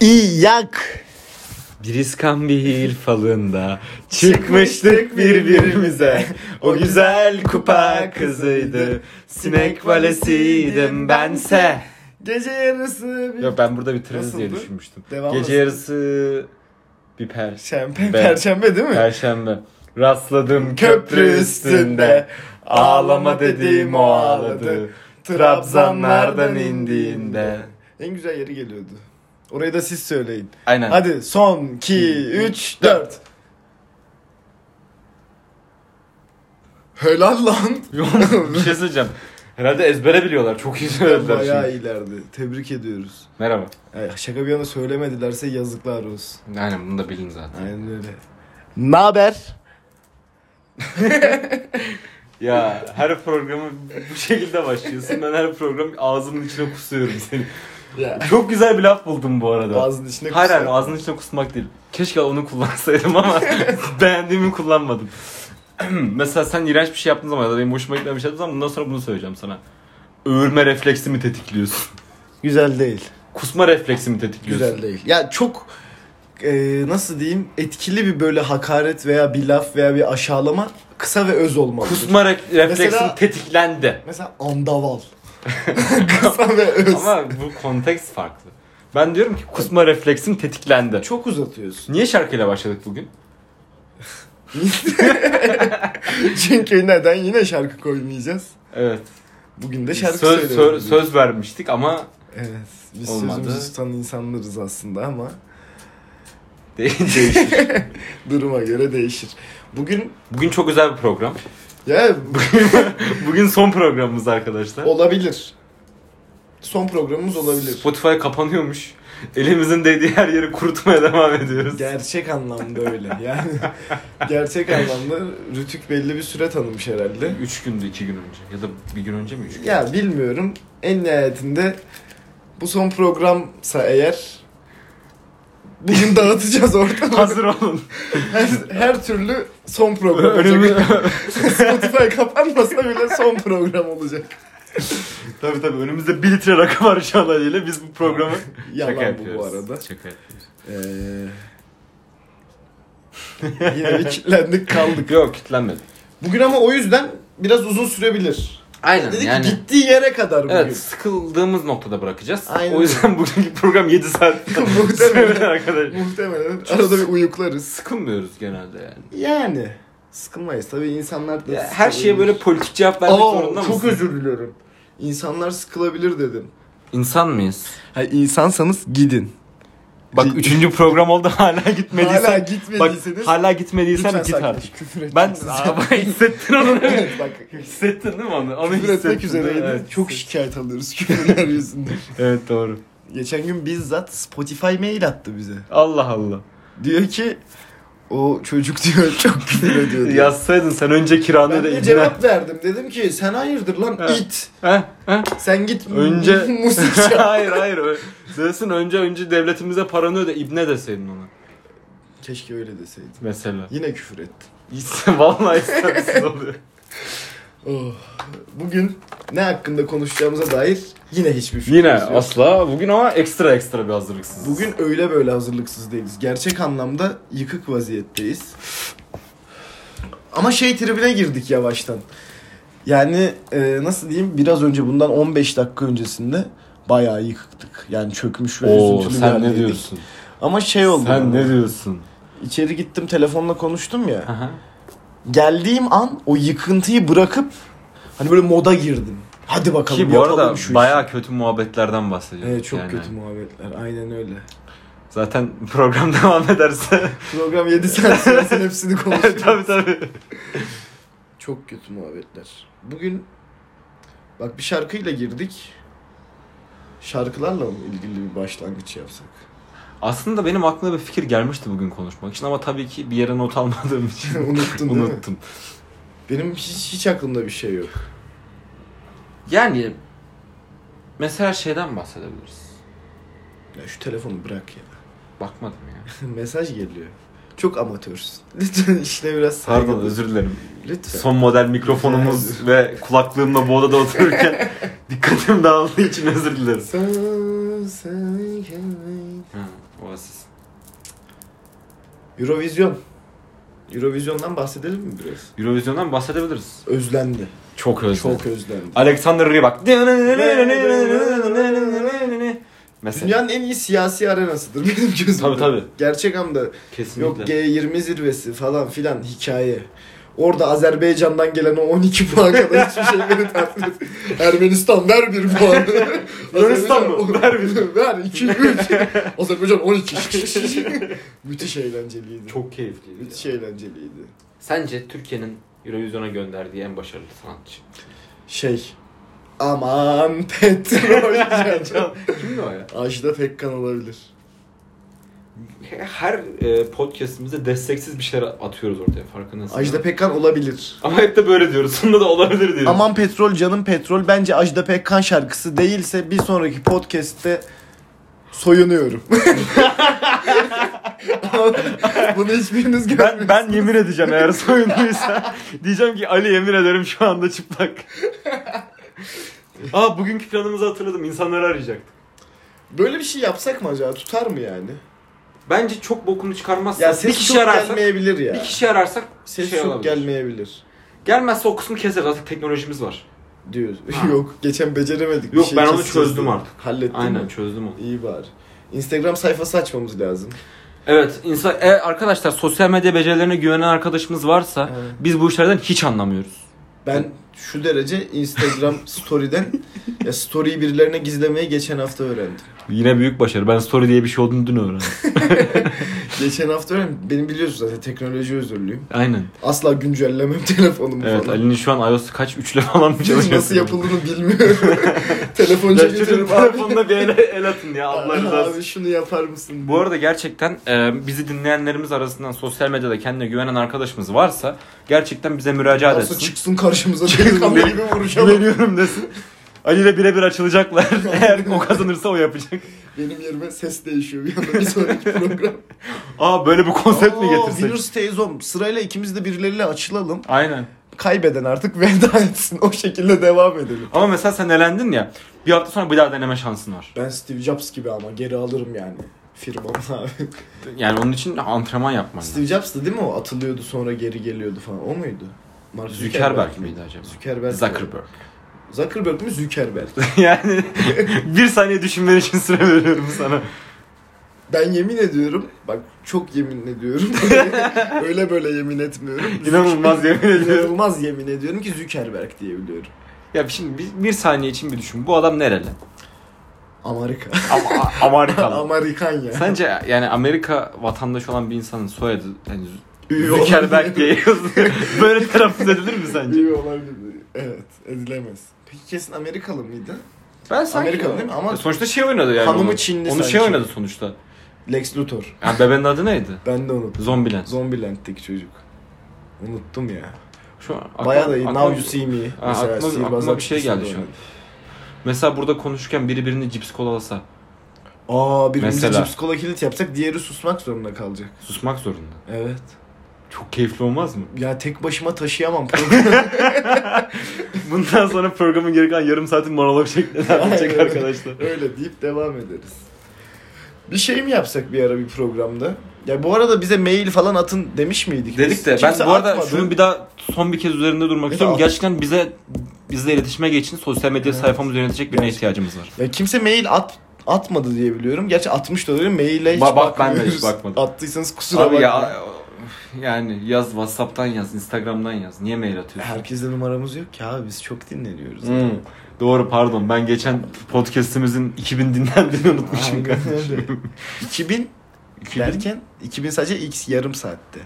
İyi yak. bir falında çıkmıştık birbirimize. O güzel kupa kızıydı. Sinek valesiydim bense. Gece yarısı bir Yok ben burada bitiririz diye Nasıldı? düşünmüştüm. Devam Gece nasıl? yarısı bir pers. Şempe- Ben- Perşembe değil mi? Perşembe. Rastladım Köprü üstünde Ağlama dediğim o ağladı. Trabzanlardan indiğinde. En güzel yeri geliyordu. Orayı da siz söyleyin. Aynen. Hadi son 2 3 4. Helal lan. bir şey söyleyeceğim. Herhalde ezbere biliyorlar. Çok iyi söylediler Bayağı şimdi. iyilerdi. Tebrik ediyoruz. Merhaba. Ay, şaka bir yana söylemedilerse yazıklar olsun. Aynen bunu da bilin zaten. Aynen öyle. Ne haber? Ya her programı bu şekilde başlıyorsun. Ben her program ağzımın içine kusuyorum seni. Ya. Çok güzel bir laf buldum bu arada. Ağzının içine Hayır hayır kusar. ağzının içine kusmak değil. Keşke onu kullansaydım ama beğendiğimi kullanmadım. Mesela sen iğrenç bir şey yaptığın zaman ya da benim hoşuma gitmeyen bir şey yaptığın zaman bundan sonra bunu söyleyeceğim sana. Öğürme refleksimi tetikliyorsun. Güzel değil. Kusma refleksimi tetikliyorsun. Güzel değil. Ya çok e, nasıl diyeyim etkili bir böyle hakaret veya bir laf veya bir aşağılama kısa ve öz olmalı. Kusma re- refleksim Mesela- tetiklendi. Mesela andaval. kısa ve öz. Ama bu konteks farklı. Ben diyorum ki kusma refleksim tetiklendi. Çok uzatıyorsun. Niye şarkıyla başladık bugün? Çünkü neden yine şarkı koymayacağız? Evet. Bugün de şarkı söz, söylüyoruz. söz, söz vermiştik ama Evet. Biz Olmadı. sözümüzü tutan insanlarız aslında ama de- değişir. duruma göre değişir. Bugün Bugün çok özel bir program. ya Bugün son programımız arkadaşlar. olabilir. Son programımız olabilir. Spotify kapanıyormuş. Elimizin değdiği her yeri kurutmaya devam ediyoruz. Gerçek anlamda öyle. Yani gerçek anlamda Rütük belli bir süre tanımış herhalde. 3 gündü 2 gün önce ya da bir gün önce mi 3 gün? Ya bilmiyorum. En nihayetinde bu son programsa eğer bugün dağıtacağız ortamı. Hazır olun. her, her türlü son program Önümüz... olacak. Spotify kapanmasa bile son program olacak. tabii tabii önümüzde 1 litre rakı var şu an haliyle. Biz bu programı Yalan şaka bu, bu yapıyoruz. arada. Şaka yapıyoruz. Ee, yine bir kilitlendik kaldık. Yok kitlenmedi. Bugün ama o yüzden biraz uzun sürebilir. Aynen Dedik ki gittiği yere kadar bugün. Evet sıkıldığımız noktada bırakacağız. Aynen. O yüzden bugünkü program 7 saat. Muhtemelen. arkadaşlar. Muhtemelen arada bir uyuklarız. Sıkılmıyoruz genelde yani. Yani sıkılmayız tabii insanlar da Ya her şeye sıkılabilir. böyle politik cevap vermek Aa, zorunda mısın? Çok özür diliyorum. İnsanlar sıkılabilir dedim. İnsan mıyız? Hayır insansanız gidin. Bak Ki- üçüncü program oldu hala gitmediysen. Hala bak, gitmediyseniz hala gitmediysen lütfen git sakin- artık. Küfür etmek Ben üzere- Aa, hissettin onu değil mi? Evet, bak hissettin değil mi onu? Onu küfür etmek hissettin, üzereydi. değil mi? Evet, Çok hissettin. şikayet alıyoruz küfürler yüzünden. Evet doğru. Geçen gün bizzat Spotify mail attı bize. Allah Allah. Diyor ki o çocuk diyor çok küfür ediyor. diyor. Yazsaydın sen önce kiranı Ben da de ibne. cevap verdim. Dedim ki sen hayırdır lan Evet. it. Heh, heh. Sen git Önce- musik çal. hayır hayır. ö- Desin önce önce devletimize paranı öde ibne deseydin ona. Keşke öyle deseydim. Mesela. Yine küfür ettim. Vallahi istemsiz oluyor. Oh. Bugün ne hakkında konuşacağımıza dair yine hiçbir fikrim Yine yok. asla. Bugün ama ekstra ekstra bir hazırlıksız. Bugün öyle böyle hazırlıksız değiliz. Gerçek anlamda yıkık vaziyetteyiz. Ama şey tribine girdik yavaştan. Yani e, nasıl diyeyim biraz önce bundan 15 dakika öncesinde bayağı yıkıktık. Yani çökmüş ve Oo, üzüntülü bir sen ne haldeydik. diyorsun? Ama şey oldu. bana. Sen ne diyorsun? İçeri gittim telefonla konuştum ya. Geldiğim an o yıkıntıyı bırakıp hani böyle moda girdim. Hadi bakalım Ki bu arada yapalım şu işi. bayağı kötü muhabbetlerden bahsediyoruz. Evet çok yani. kötü muhabbetler. Aynen öyle. Zaten program devam ederse. Program 7 saat süresin hepsini konuşuyoruz. tabii tabii. Çok kötü muhabbetler. Bugün bak bir şarkıyla girdik. Şarkılarla mı ilgili bir başlangıç yapsak? Aslında benim aklıma bir fikir gelmişti bugün konuşmak için ama tabii ki bir yere not almadığım için Unuttun değil mi? unuttum. Benim hiç, hiç aklımda bir şey yok. Yani mesela şeyden bahsedebiliriz. Ya şu telefonu bırak ya. Bakmadım ya. Mesaj geliyor. Çok amatörsün. Lütfen işine biraz saygı Pardon duy. özür dilerim. Lütfen. Son model mikrofonumuz ve kulaklığımla bu odada otururken dikkatim dağıldığı için özür dilerim. Sen- sen- Oasis. Eurovision. Eurovision'dan bahsedelim mi biraz? Eurovision'dan bahsedebiliriz. Özlendi. Çok özledim. Çok özlendi. Alexander Rybak. Mesela. Dünyanın en iyi siyasi arenasıdır benim gözümde. Tabii, tabii. Gerçek anlamda yok Kesinlikle. G20 zirvesi falan filan hikaye. Orada Azerbaycan'dan gelen o 12 puan kadar hiçbir şey beni tatmin etmiyor. Ermenistan ver bir puan. Yunanistan mı? Azerbaycan- Ver bir. ver 2 3. Azerbaycan 12. Müthiş eğlenceliydi. Çok keyifliydi. Müthiş eğlenceliydi. Sence Türkiye'nin Eurovision'a gönderdiği en başarılı sanatçı? Şey. Aman petrol. Kimdi o ya? Ajda Pekkan olabilir. Her e, podcastimizde desteksiz bir şeyler atıyoruz ortaya farkındasın. Ajda Pekkan olabilir. Ama hep de böyle diyoruz. Sonunda da olabilir diyoruz. Aman petrol canım petrol bence Ajda Pekkan şarkısı değilse bir sonraki podcast'te soyunuyorum. Bunu hiçbiriniz görmüyorsunuz. ben ben yemin edeceğim eğer soyunduysa. diyeceğim ki Ali yemin ederim şu anda çıplak. Aa bugünkü planımızı hatırladım. İnsanları arayacaktık. Böyle bir şey yapsak mı acaba? Tutar mı yani? Bence çok bokunu çıkarmazsa Ya bir ses çok kişi ararsak gelmeyebilir ya. bir kişi ararsak Ses şey çok olabilir. gelmeyebilir. Gelmezse o kısmı keseriz artık teknolojimiz var. Diyor. Ha. Yok geçen beceremedik. bir şey. Yok, ben onu keseceğiz çözdüm diye. artık. Hallettin Aynen mi? çözdüm onu. İyi bari. Instagram sayfası açmamız lazım. Evet insan, e, arkadaşlar sosyal medya becerilerine güvenen arkadaşımız varsa Evet. biz bu işlerden hiç anlamıyoruz. Ben şu derece Instagram story'den ya story'yi birilerine gizlemeye geçen hafta öğrendim. Yine büyük başarı. Ben story diye bir şey olduğunu dün öğrendim. Geçen hafta öğrendim. Benim biliyorsun zaten teknoloji özürlüyüm. Aynen. Asla güncellemem telefonumu Evet falan. Ali'nin şu an iOS kaç 3'le falan mı çalışıyor? Nasıl yapıldığını bilmiyorum. Telefoncuya getiriyorum abi. telefonuna bir el, el atın ya Allah razı olsun. Abi şunu yapar mısın? Bu arada gerçekten e, bizi dinleyenlerimiz arasından sosyal medyada kendine güvenen arkadaşımız varsa gerçekten bize müracaat Nasıl etsin. çıksın karşımıza delikanlı benim- gibi vuracağım. Güveniyorum desin. Ali ile birebir açılacaklar. Eğer o kazanırsa o yapacak. Benim yerime ses değişiyor bir anda bir sonraki program. Aa böyle bir konsept mi Aa, getirsek? Winners Tales Home. Sırayla ikimiz de birileriyle açılalım. Aynen. Kaybeden artık veda etsin. O şekilde devam edelim. Ama mesela sen elendin ya. Bir hafta sonra bir daha deneme şansın var. Ben Steve Jobs gibi ama geri alırım yani. Firmam abi. Yani onun için antrenman yapman lazım. Steve Jobs'tı değil mi o? Atılıyordu sonra geri geliyordu falan. O muydu? Mark Zuckerberg miydi acaba? Zuckerberg. Zuckerberg. Zuckerberg mi Zuckerberg? yani bir saniye düşünmen için süre veriyorum sana. Ben yemin ediyorum. Bak çok yemin ediyorum. Öyle böyle yemin etmiyorum. İnanılmaz yemin ediyorum. İnanılmaz yemin ediyorum ki Zuckerberg diye biliyorum. Ya şimdi bir, bir saniye için bir düşün. Bu adam nereli? Amerika. Ama, Amerikalı. Amerikan ya. Sence yani Amerika vatandaşı olan bir insanın soyadı yani Üye Zuckerberg olabilir. diye yazıyor. Böyle telaffuz edilir mi sence? Üye olabilir. Evet. Edilemez. Peki kesin Amerikalı mıydı? Ben Amerikalı değil mi? Ama Ya sonuçta şey oynadı yani. Hanımı onu. Çinli Onu sanki. şey oynadı sonuçta. Lex Luthor. Ya bebeğin adı neydi? Ben de unuttum. Zombieland. Zombieland'deki çocuk. Unuttum ya. Şu an aklıma- Bayağı da iyi. aklıma- Now You See Me. Ha, aklıma- aklıma Sihirbazlar bir şey Kutusu'nda geldi şu an. oynadı. Mesela burada konuşurken biri birini cips kola alsa Aa birimiz Mesela. cips kola kilit yapsak diğeri susmak zorunda kalacak. susmak zorunda. Evet. Çok keyifli olmaz mı? Ya tek başıma taşıyamam programı. Bundan sonra programın geri kalan yarım saatin monolog şeklinde devam edecek Aynen. arkadaşlar. Öyle deyip devam ederiz. Bir şey mi yapsak bir ara bir programda? Ya bu arada bize mail falan atın demiş miydik? Dedik biz? de ben Kimse bu arada atmadı. şunu bir daha son bir kez üzerinde durmak Evet, istiyorum. al. Gerçekten bize bizle iletişime geçin. Sosyal medya Evet. sayfamızı yönetecek birine Gerçekten. ihtiyacımız var. Ya kimse mail at atmadı diye biliyorum. Gerçi atmış da olabilir. Maile hiç Ba- bak, ben de hiç bakmıyoruz. bakmadım. Attıysanız kusura bakmayın. yani yaz WhatsApp'tan yaz, Instagram'dan yaz. Niye mail atıyorsun? Herkeste numaramız yok ki abi biz çok dinleniyoruz. Hmm, Doğru pardon. Ben geçen podcast'imizin 2000 dinlendiğini unutmuşum. Aynen öyle. 2000 2000? derken 2000 sadece x yarım saatte.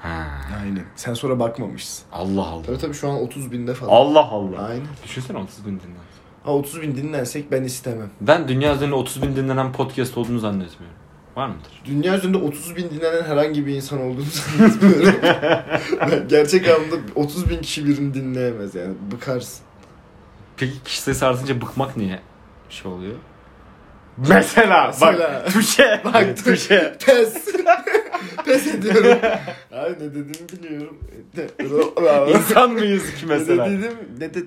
Ha, Aynen. Sen sonra bakmamışsın. Allah Allah. Tabii tabii şu an 30 binde falan. Allah Allah. Aynen. Düşünsene 30 bin dinlen. Ha 30 bin dinlensek ben istemem. Ben dünya üzerinde 30 bin dinlenen podcast olduğunu zannetmiyorum. Var mıdır? Dünya üzerinde 30 bin dinlenen herhangi bir insan olduğunu zannetmiyorum. Ben Gerçek anlamda 30 bin kişi birini dinleyemez yani. Bıkarsın. Peki kişi sayısı artınca bıkmak niye şey oluyor? Mesela, Mesela. bak tuşe Bak, bak şey tuşe. Pes. Pes ediyorum. Abi ne dediğimi biliyorum. Ne- İnsan mıyız ki mesela? Ne dedim? Ne de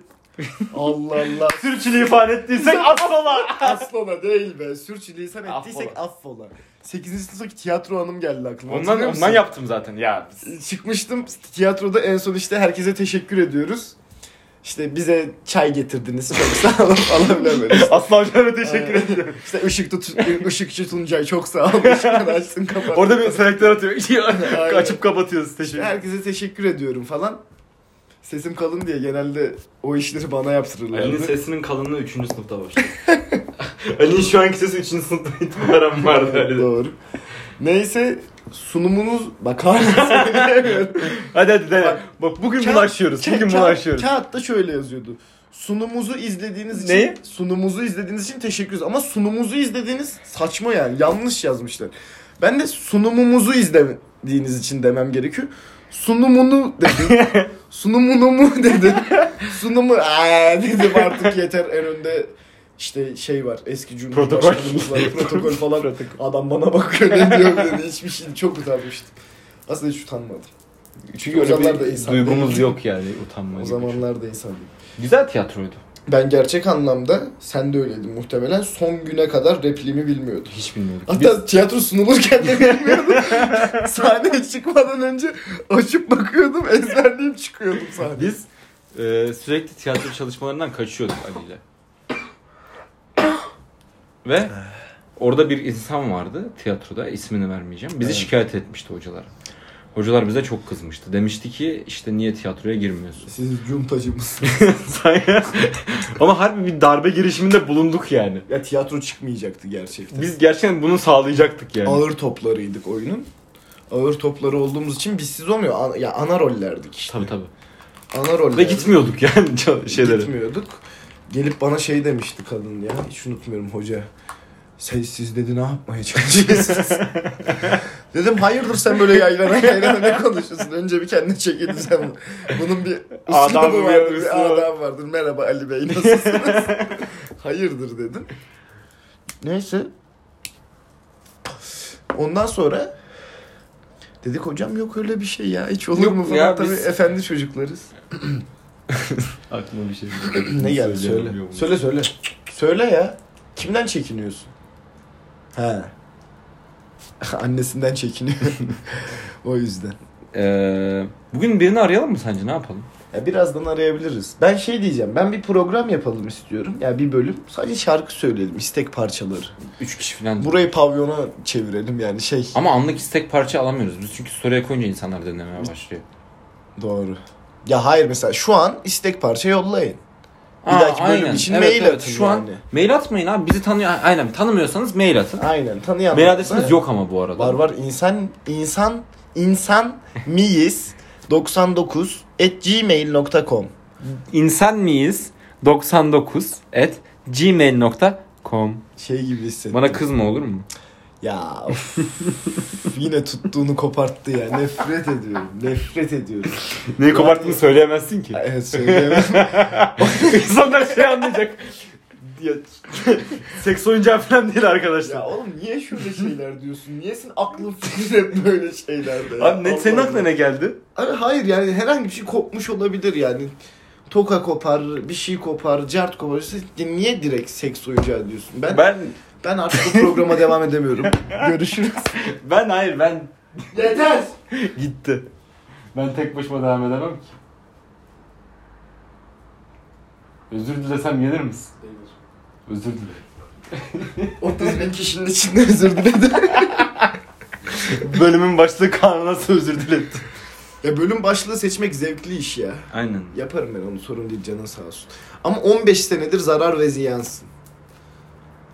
Allah Allah. Türkçülüğü ifade ettiysek affola. Aslona değil be. Sürçülisan ettiysek Affola. affola. 8. sınıftaki tiyatro anım geldi aklıma. Ondan, Hatırlıyor musun? ondan yaptım zaten ya. Çıkmıştım tiyatroda en son işte herkese teşekkür ediyoruz. İşte bize çay getirdiniz çok sağ olun falan filan böyle. Aslan hocama teşekkür Aynen. ediyorum. İşte ışık tut, ışıkçı Tuncay çok sağ ol. Işıkları açtın kapattın. Orada bir selektör atıyor. Aynen. Açıp kapatıyoruz teşekkür. herkese teşekkür ediyorum falan. Sesim kalın diye genelde o işleri bana Ali'nin yaptırırlardı. sesinin kalınlığı 3. sınıfta başladı. Ali'nin şu anki sesi 3. sınıfta itibaren vardı Ali'de. Doğru. Neyse sunumunuz bak hala söyleyemiyorum. Hadi hadi dene. Bak, Bak- bugün Kağıt- bunu aşıyoruz. Ka- Bugün bunu ka- aşıyoruz. Kağıtta şöyle yazıyordu. Sunumuzu izlediğiniz için Neyi? sunumuzu izlediğiniz için teşekkür ederiz. Ama sunumumuzu izlediğiniz saçma yani. Yanlış yazmışlar. Ben de sunumumuzu izlediğiniz için demem gerekiyor. Sunumunu dedim. Sunumunu mu dedim. Sunumu aa dedim artık yeter en önde işte şey var eski cumhurbaşkanımız var protokol falan adam bana bakıyor ne diyor dedi hiçbir şey çok utanmıştım. Aslında hiç utanmadım. Çünkü O öyle zamanlar da bir insan duygumuz değil. yok yani utanma. O gibi. zamanlar da insandım. Güzel tiyatroydu. Ben gerçek anlamda sen de öyleydin muhtemelen son güne kadar repliğimi bilmiyordum. Hiç bilmiyorduk. Hatta tiyatro sunulurken de bilmiyordum. Sahneye çıkmadan önce açıp bakıyordum, ezberleyip çıkıyordum sahneye. Biz e, sürekli tiyatro çalışmalarından kaçıyorduk Ali ile. Ve orada bir insan vardı tiyatroda ismini vermeyeceğim. Bizi Evet. şikayet etmişti hocalar. Hocalar bize çok kızmıştı. Demişti ki işte niye tiyatroya girmiyorsun? Siz cuntacı mısınız? Sanki- Ama harbi bir darbe girişiminde bulunduk yani. ya tiyatro çıkmayacaktı gerçekten. Biz gerçekten bunu sağlayacaktık yani. Ağır toplarıydık oyunun. Ağır topları olduğumuz için biz siz olmuyor. An- ya ana rollerdik işte. Tabii tabii. Ana rollerdik. Ve gitmiyorduk yani çal- şeylere. Gitmiyorduk. Gelip bana şey demişti kadın ya. Hiç unutmuyorum hoca. Siz, siz dedi ne yapmaya çalışıyorsunuz? Dedim hayırdır sen böyle yaylana yaylana ne konuşuyorsun? Önce bir kendine çekil sen. Bunun bir Adabı adamı bir vardır, üslubu. bir adabı vardır. Merhaba Ali Bey nasılsınız? hayırdır dedim. Neyse. Ondan sonra dedik hocam yok öyle bir şey ya hiç olur Yok mu falan ya, tabii biz- efendi çocuklarız. Aklıma bir şey Ne geldi söyle. Söyle söyle. Söyle ya. Kimden çekiniyorsun? He. Annesinden çekiniyor. o yüzden. Ee, bugün birini arayalım mı sence ne yapalım? Ya birazdan arayabiliriz. Ben şey diyeceğim. Ben bir program yapalım istiyorum. Ya bir bölüm. Sadece şarkı söyleyelim. istek parçaları. Üç kişi falan. Burayı pavyona çevirelim yani şey. Ama anlık istek parça alamıyoruz biz çünkü soruya koyunca insanlar dinlemeye başlıyor. Doğru. Ya hayır mesela şu an istek parça yollayın. Bir Aa, dahaki bölüm için mail atın Şu an yani. mail atmayın abi bizi tanıyor. Aynen tanımıyorsanız mail atın. Aynen tanıyan. Mail adresimiz yok ama bu arada. Var var insan insan insan miyiz 99 at gmail.com İnsan mıyız? 99 at gmail.com şey gibi hissettim. Bana kızma olur mu? Ya of. yine tuttuğunu koparttı ya. Nefret ediyorum. Nefret ediyorum. Neyi koparttığını söyleyemezsin ki. Evet söyleyemem. İnsanlar şey anlayacak. Ya, Seks oyuncağı falan değil arkadaşlar. ya oğlum niye şöyle şeyler diyorsun? Niye senin aklın fikrin hep böyle şeylerde ya? Abi ne, senin Allah aklına Allah. ne geldi? Abi hayır yani herhangi bir şey kopmuş olabilir yani. Toka kopar, bir şey kopar, cart kopar. Siz Niye direkt seks oyuncağı diyorsun? Ben ben, Ben artık bu programa devam edemiyorum. Görüşürüz. ben hayır ben Yeter. gitti. Ben tek başıma devam edemem ki. Özür dilesem gelir misin? Özür dilerim. 30 bin kişinin içinde özür diledim. Bölümün başlığı Kaan'a nasıl özür diletti? ya bölüm başlığı seçmek zevkli iş ya. Aynen. Yaparım ben onu sorun değil canın sağ olsun. Ama 15 senedir zarar ve ziyansın.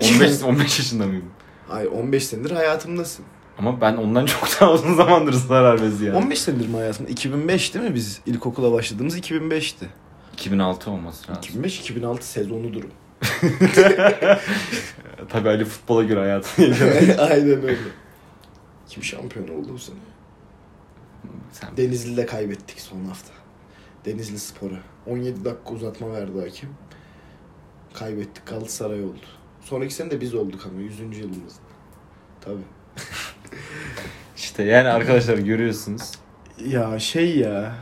15, 15 yaşında mıyım? Ay 15 senedir hayatımdasın. Ama ben ondan çok daha uzun zamandır zarar bezi yani. 15 senedir mi hayatımda? 2005 değil mi biz ilkokula başladığımız 2005'ti. 2006 olması lazım. 2005-2006 sezonu durum. Tabii Ali futbola göre hayatını yaşadı. Aynen öyle. Kim şampiyon oldu bu sene? Sen Denizli'de kaybettik son hafta. Denizli Spor'a. 17 dakika uzatma verdi hakem. Kaybettik Galatasaray oldu. Sonraki sene de biz olduk ama 100. yılımızda. Tabii. İşte yani arkadaşlar görüyorsunuz. Ya şey ya.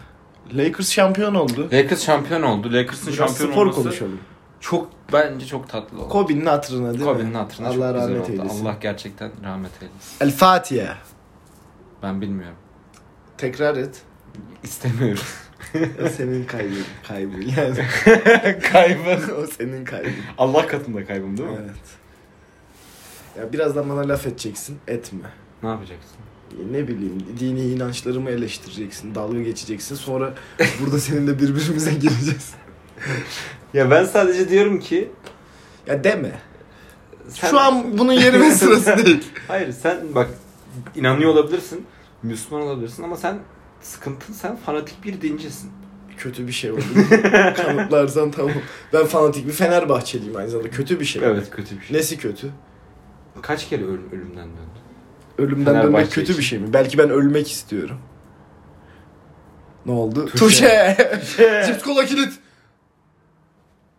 Lakers şampiyon oldu. Lakers şampiyon oldu. Lakers'ın Biraz şampiyon spor olması konuşalım. çok bence çok tatlı oldu. Kobe'nin hatırına değil Kobe'nin mi? hatırına Allah çok rahmet güzel oldu. eylesin. Allah gerçekten rahmet eylesin. El Fatiha. Ben bilmiyorum. Tekrar et. İstemiyorum. O senin kaybın. Kaybın yani. Kaybım. o senin kaybın. Allah katında kaybım değil mi? Evet. Ya birazdan bana laf edeceksin. Etme. Ne yapacaksın? Ne bileyim dini inançlarımı eleştireceksin. Dalga geçeceksin. Sonra burada seninle birbirimize gireceğiz. Ya ben sadece diyorum ki Ya deme. sen- Şu an bunun yeri ve sırası değil. Hayır sen bak inanıyor olabilirsin. Müslüman olabilirsin ama sen sıkıntın sen fanatik bir dincisin. Kötü bir şey oldu. Kanıtlarsan tamam. Ben fanatik bir Fenerbahçeliyim aynı zamanda. Kötü bir şey. Evet kötü bir şey. Nesi kötü? Kaç kere ölüm, ölümden döndün? Ölümden dönmek Fenerbahçe kötü için. bir şey mi? Belki ben ölmek istiyorum. Ne oldu? Tuşe. Tuşe. Cips kola kilit.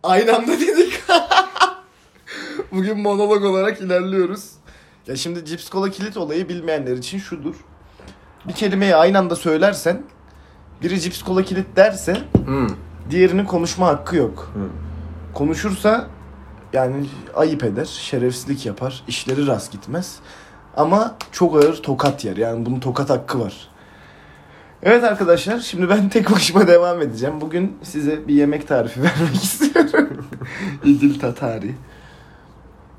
Aynı anda dedik. Bugün monolog olarak ilerliyoruz. Ya şimdi cips kola kilit olayı bilmeyenler için şudur. Bir kelimeyi aynı anda söylersen biri cips kola kilit derse Hmm. diğerinin konuşma hakkı yok. Hmm. Konuşursa yani ayıp eder, şerefsizlik yapar, işleri rast gitmez. Ama çok ağır tokat yer. Yani bunun tokat hakkı var. Evet arkadaşlar, şimdi ben tek başıma devam edeceğim. Bugün size bir yemek tarifi vermek istiyorum. İdil Tatari.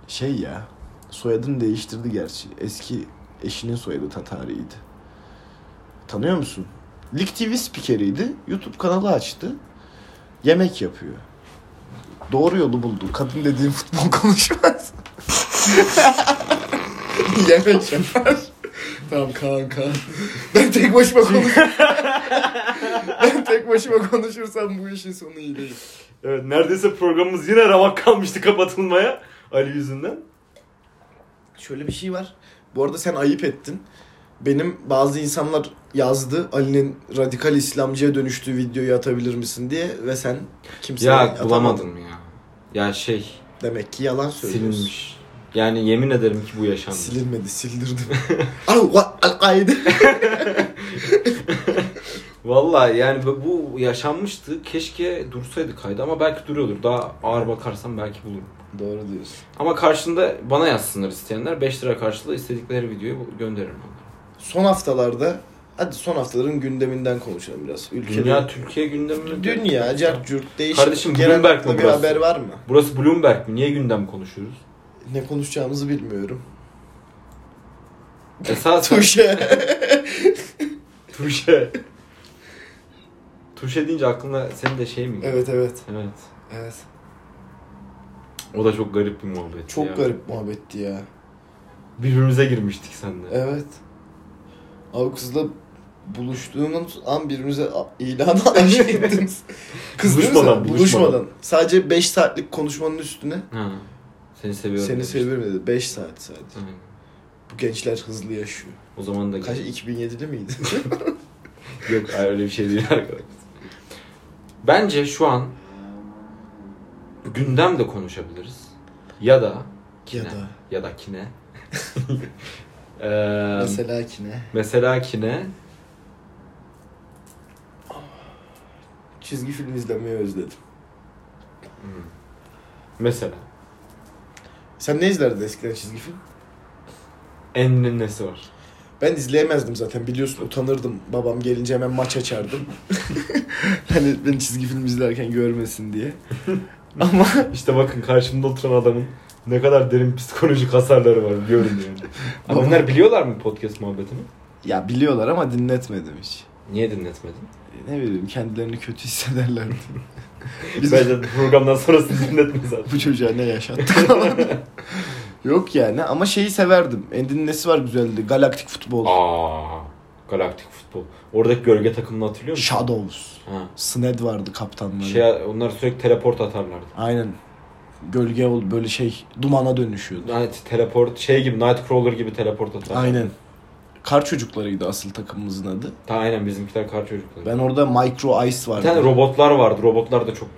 Şey ya, soyadını değiştirdi gerçi. Eski eşinin soyadı Tatari'ydi. Tanıyor musun? Lig TV spikeriydi. YouTube kanalı açtı. Yemek yapıyor. Doğru yolu buldu. Kadın dediğin futbol konuşmaz. Yemek yapar. Tamam Kaan Kaan. Ben tek başıma konuşursam... ben tek başıma konuşursam bu işin sonu iyi değil. Evet neredeyse programımız yine ramak kalmıştı kapatılmaya Ali yüzünden. Şöyle bir şey var. Bu arada sen ayıp ettin. Benim bazı insanlar yazdı Ali'nin radikal İslamcıya dönüştüğü videoyu atabilir misin diye ve sen kimseye Ya atamadın. bulamadım ya. Ya şey Demek ki yalan söylüyorsun. silinmiş. Yani yemin ederim ki bu yaşandı. Silinmedi, sildirdim. Al-Kaide. Vallahi yani bu- bu yaşanmıştı. Keşke dursaydı kaydı ama belki duruyordur. Daha ağır bakarsam belki bulurum. Doğru diyorsun. Ama karşında bana yazsınlar isteyenler. 5 lira karşılığı istedikleri videoyu bu- gönderirim onlara. Son haftalarda, hadi son haftaların gündeminden konuşalım biraz. Ülkede, Dünya dünya, Türkiye gündemi. dünya cart curt değişik. Kardeşim, genel Bloomberg mi hakkında bir burası? haber var mı? Burası Bloomberg mi? Niye gündem konuşuyoruz? Ne konuşacağımızı bilmiyorum. E, Esasen Tuşe. tuşe. Tuşe deyince aklına senin de şey mi? geliyor? evet evet. Evet. Evet. O da çok garip bir muhabbet. Çok ya. garip muhabbetti ya. Birbirimize girmiştik seninle. Evet. Abi kızla buluştuğunuz an birbirimize a- ilan aşık ettiniz. Kız değil mi Buluşmadan, sen? buluşmadan. Sadece 5 saatlik konuşmanın üstüne Ha. Seni seviyorum. seni demiştik. seviyorum dedi. 5 saat sadece. Aynen. Bu gençler hızlı yaşıyor. O zaman da Kaç 2007'de miydi? Yok hayır, öyle bir şey değil arkadaşlar. Bence şu an gündem de konuşabiliriz. Ya da kine. ya da Ya da kine. Eee, mesela. mesela ki ne? kine. Çizgi film izlemeyi özledim. Hmm. Mesela. Sen ne izlerdin eskiden çizgi film? Eninin nesi var? Ben izleyemezdim zaten biliyorsun utanırdım. Babam gelince hemen maç açardım. hani ben çizgi film izlerken görmesin diye. Ama İşte bakın karşımda oturan adamın ne kadar derin psikolojik hasarları var görün yani. Baba- Adamlar biliyorlar mı podcast muhabbetini? ya biliyorlar ama dinletmedim hiç. Niye dinletmedin? E, Ne bileyim kendilerini kötü hissederlerdi. Biz Bence programdan sonrasını dinletme zaten. bu çocuğa ne yaşattık falan. Yok yani ama şeyi severdim. Endin nesi var güzeldi. Galaktik futbol. Aa, galaktik futbol. Oradaki gölge takımını hatırlıyor musun? Shadows. Ha. Sned vardı kaptanları. Şey, onlar sürekli teleport atarlardı. Aynen. Gölge ol böyle şey dumana dönüşüyordu. Night teleport şey gibi Nightcrawler gibi teleport atarlardı. Aynen. Kar çocuklarıydı asıl takımımızın adı. Ta aynen bizimkiler kar çocukları. Ben orada Micro Ice Bir vardı. tane robotlar vardı. Robotlar da çok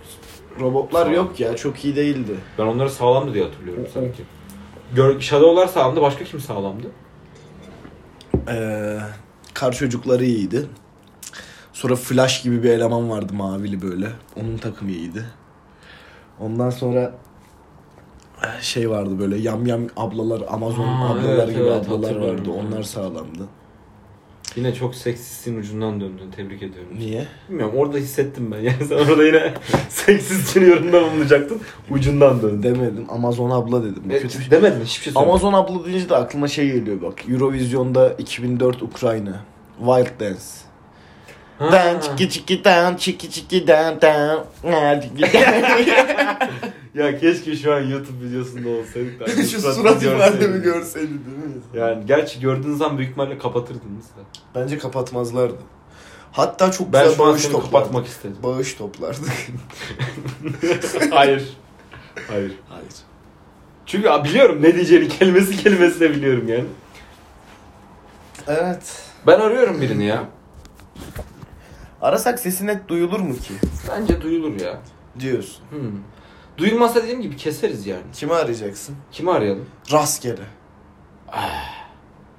Robotlar yok ya çok iyi değildi. ben onları sağlamdı diye hatırlıyorum sanki. Gör Shadow'lar sağlamdı. Başka kim sağlamdı? Ee, kar çocukları iyiydi. Sonra Flash gibi bir eleman vardı mavili böyle. Onun takımı iyiydi. Ondan sonra eh, şey vardı böyle yam yam ablalar, Amazon Aa, ablalar evet, gibi evet, ablalar hatırlıyorum. vardı. Onlar sağlamdı. Yine çok seksistin ucundan döndün. Tebrik ediyorum. Niye? Bilmiyorum orada hissettim ben. Yani sen orada yine seksistçinin yorumda bulunacaktın. Ucundan döndün. Demedim. Amazon abla dedim. Bu E, kötü bir şey. Demedin hiçbir şey söylemedin. Amazon abla deyince de aklıma şey geliyor bak. Eurovision'da 2004 Ukrayna. Wild Dance. Ha. Dan çiki çiki dan çiki çiki dan dan. na çiki dan. Ya keşke şu an YouTube videosunda olsaydık da. Şu Suratını surat ifademi görseydik. görseydi değil mi? Yani gerçi gördüğünüz zaman büyük ihtimalle kapatırdınız da. Bence kapatmazlardı. Hatta çok Ben güzel şu an bağış seni toplardık. kapatmak istedim. Bağış toplardık. Hayır. Hayır. Hayır. Çünkü ya biliyorum ne diyeceğini kelimesi kelimesine biliyorum yani. Evet. Ben arıyorum birini ya. Arasak sesi net duyulur mu ki? Bence duyulur ya. Diyorsun. Hmm. Duyulmazsa dediğim gibi keseriz yani. Kimi arayacaksın? Kimi arayalım? Rastgele.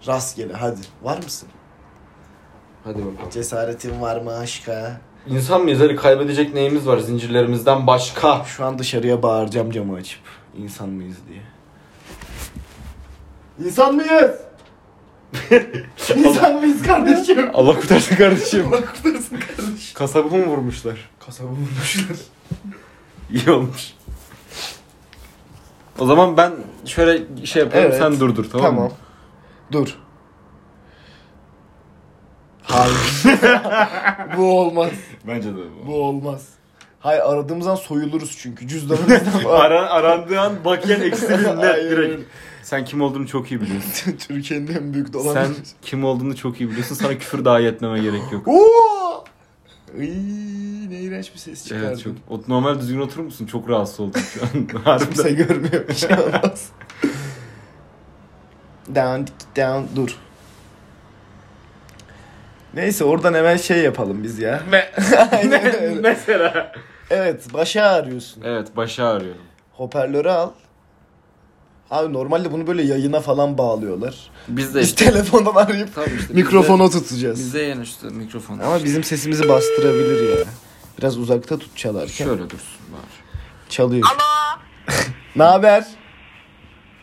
Rastgele hadi. Var mısın? Hadi bakalım. Cesaretin var mı aşka? İnsan mıyız? Hani kaybedecek neyimiz var zincirlerimizden başka? Şu an dışarıya bağıracağım camı açıp. İnsan mıyız diye. İnsan mıyız? İnsan mıyız kardeşim? Allah kurtarsın kardeşim. Allah kurtarsın kardeşim. Kasabımı mı vurmuşlar? Kasabı bulmuşlar. İyi olmuş. O zaman ben şöyle şey yapayım Evet. sen durdur tamam, Tamam. mı? Dur. Hayır. Bu olmaz. Bence de bu. Bu olmaz. Hayır aradığımızdan soyuluruz çünkü. Cüzdanımızdan Ara, arandığı an bakiyen eksi bin net Aynen direkt. Sen kim olduğunu çok iyi biliyorsun. Türkiye'nin en büyük dolan. Sen kim olduğunu çok iyi biliyorsun. Sana küfür dahi etmeme gerek yok. Oo! Iy, ne iğrenç bir ses çıkardın. Evet çok. O, normal düzgün oturur musun? Çok rahatsız oldum şu an. Harbiden. Kimse görmüyor. Bir şey olmaz. down, down, dur. Neyse oradan hemen şey yapalım biz ya. Aynen öyle. Mesela. Evet başa arıyorsun. Evet başa arıyorum. Hoparlörü al. Abi normalde bunu böyle yayına falan bağlıyorlar. Biz de Biz işte. telefondan arayıp Tabii işte. mikrofona Biz tutacağız. de, biz de yani işte mikrofon. Ama bizim sesimizi bastırabilir ya. Biraz uzakta tut çalarken. Şöyle dursun bari. Çalıyor. ne haber?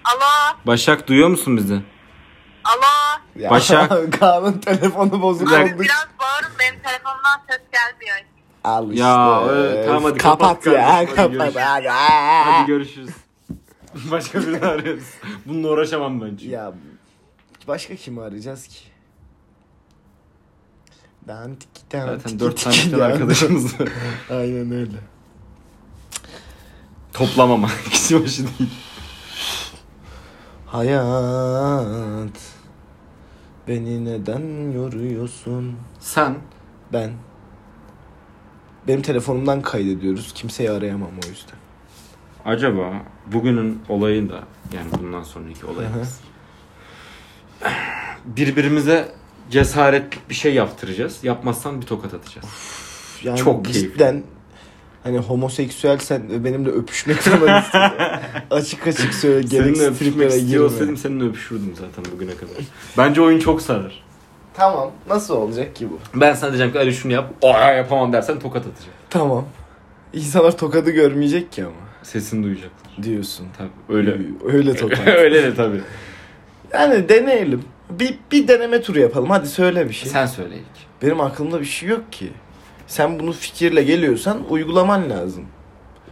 Alo, Başak duyuyor musun bizi? alo. Ya, Başak. Kaan'ın telefonu bozuk Bak- Abi oldu. biraz bağırın benim telefonumdan ses gelmiyor. Al işte. Ya, evet, tamam hadi kapat, kapat ya. kardeşim, hadi Kapat. görüşürüz. Hadi. Hadi görüşürüz. Başka birini arıyoruz. Bununla uğraşamam ben çünkü. Ya başka kimi arayacağız ki? Ben tiki tan, Zaten tiki dört tane tiki falan tan. arkadaşımız var. Aynen öyle. Toplam ama. Kişi başı değil. Hayat beni neden yoruyorsun? Sen Ben benim telefonumdan kaydediyoruz. Kimseyi arayamam o yüzden. acaba bugünün olayı da yani bundan sonraki olayımız. birbirimize cesaretlik bir şey yaptıracağız. Yapmazsan bir tokat atacağız. Üf, Yani Çok keyifli. cidden hani homoseksüelsen ve benimle öpüşmek falan istiyorsan açık açık söyle gerek Seninle öpüşmek striplere istiyor girme. olsaydım seninle öpüşürdüm zaten bugüne kadar. Bence oyun çok sarar. Tamam nasıl olacak ki bu? Ben sana diyeceğim ki Ali şunu yap. Aa yapamam dersen tokat atacağım. Tamam. İnsanlar tokadı görmeyecek ki ama Sesini duyacaklar. diyorsun. Tabii öyle. Öyle tokat. öyle de tabii. yani deneyelim. Bir, bir deneme turu yapalım. Hadi söyle bir şey. Sen söyle ilk. Benim aklımda bir şey yok ki. Sen bunu fikirle geliyorsan uygulaman lazım.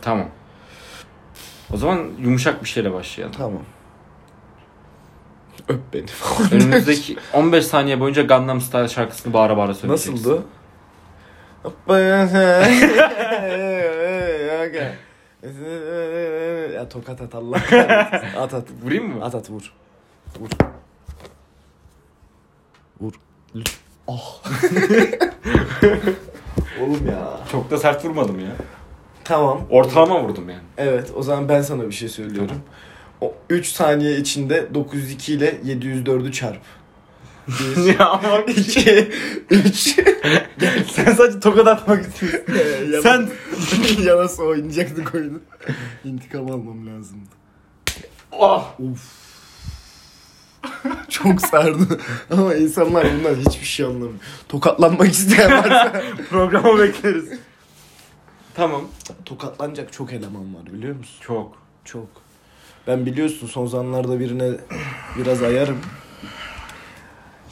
Tamam. O zaman yumuşak bir şeyle başlayalım. Tamam. Öp beni. Önümüzdeki 15 saniye boyunca Gangnam Style şarkısını bağıra bağıra söyleyeceksin. Nasıldı? ya tokat at Allah. kahretsin. at at. Vurayım mı? At at vur. Vur. Vur. Oh. Oğlum ya. Çok da sert vurmadım ya. Tamam. Ortalama vurdum yani. Evet o zaman ben sana bir şey söylüyorum. O 3 saniye içinde 902 ile 704'ü çarp. 1, ya ama 2, şey. 3. sen sadece tokat atmak istiyorsun. sen Yanası oynayacaktık oyunu. İntikam almam lazımdı. oh. Of. Çok sardı. Ama insanlar bundan hiçbir şey anlamıyor. Tokatlanmak isteyen varsa. Programı bekleriz. Tamam. Tokatlanacak çok eleman var biliyor musun? Çok. Çok. Ben biliyorsun son zamanlarda birine biraz ayarım.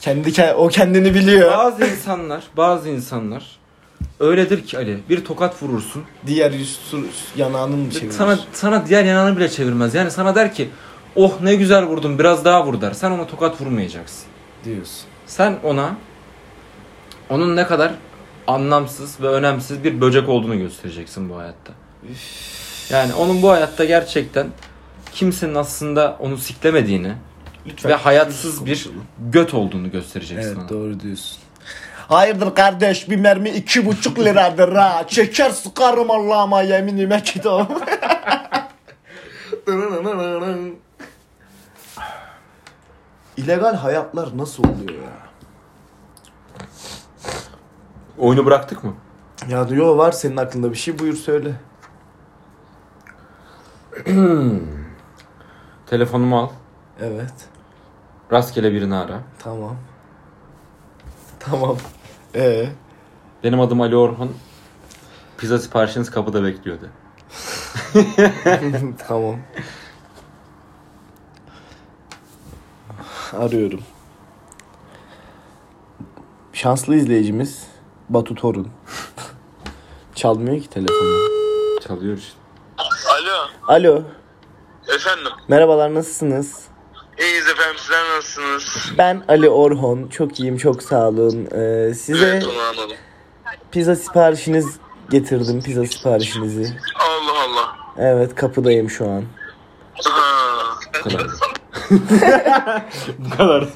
Kendi ke- o kendini biliyor. Bazı insanlar, bazı insanlar öyledir ki Ali. Bir tokat vurursun. Diğer yüz su- yanağının bir şey Sana sana diğer yanağını bile çevirmez. Yani sana der ki "Oh ne güzel vurdun. Biraz daha vur" der. Sen ona tokat vurmayacaksın. diyorsun. Sen ona onun ne kadar anlamsız ve önemsiz bir böcek olduğunu göstereceksin bu hayatta. Yani onun bu hayatta gerçekten kimsenin aslında onu siklemediğini Lütfen. ve hayatsız bir göt olduğunu göstereceksin Evet ona. doğru diyorsun. Hayırdır kardeş bir mermi iki buçuk liradır ha. Çeker sıkarım Allah'ıma yeminime ki de o. İlegal hayatlar nasıl oluyor ya? Oyunu bıraktık mı? Ya diyor var senin aklında bir şey buyur söyle. Telefonumu al. Evet. Rastgele birini ara. Tamam. Tamam. Ee, Benim adım Ali Orhun. Pizza siparişiniz kapıda bekliyordu. tamam. Arıyorum. Şanslı izleyicimiz Batu Torun. Çalmıyor ki telefonu. Çalıyor işte. Alo. Alo. Efendim. Merhabalar nasılsınız? İyiyiz efendim sizler nasılsınız? Ben Ali Orhon. Çok iyiyim, çok sağ olun. Ee, size Evet onu anladım. pizza siparişiniz getirdim. Pizza siparişinizi. Allah Allah. Evet, kapıdayım şu an. Ha. Bu kadar. Bu kadar.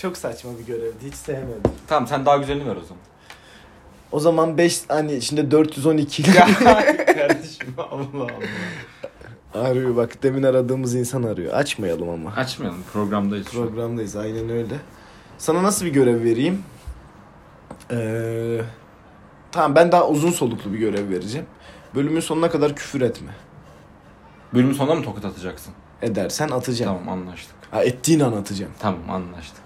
Çok saçma bir görevdi. Hiç sevmedim. Tamam sen daha güzelini ver o zaman. O zaman 5 hani içinde 412 Kardeşim Allah Allah. Arıyor bak demin aradığımız insan arıyor. Açmayalım ama. Açmayalım programdayız şu an. Programdayız aynen öyle. Sana nasıl bir görev vereyim? Ee, tamam ben daha uzun soluklu bir görev vereceğim. Bölümün sonuna kadar küfür etme. Bölümün sonunda mı tokat atacaksın? Edersen atacağım. Tamam anlaştık. Ha, ettiğin an atacağım. Tamam anlaştık.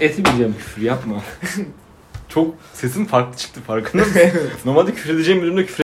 Etmeyeceğim küfür yapma. Çok sesin farklı çıktı farkında mısın? Normalde küfür edeceğim bölümde küfür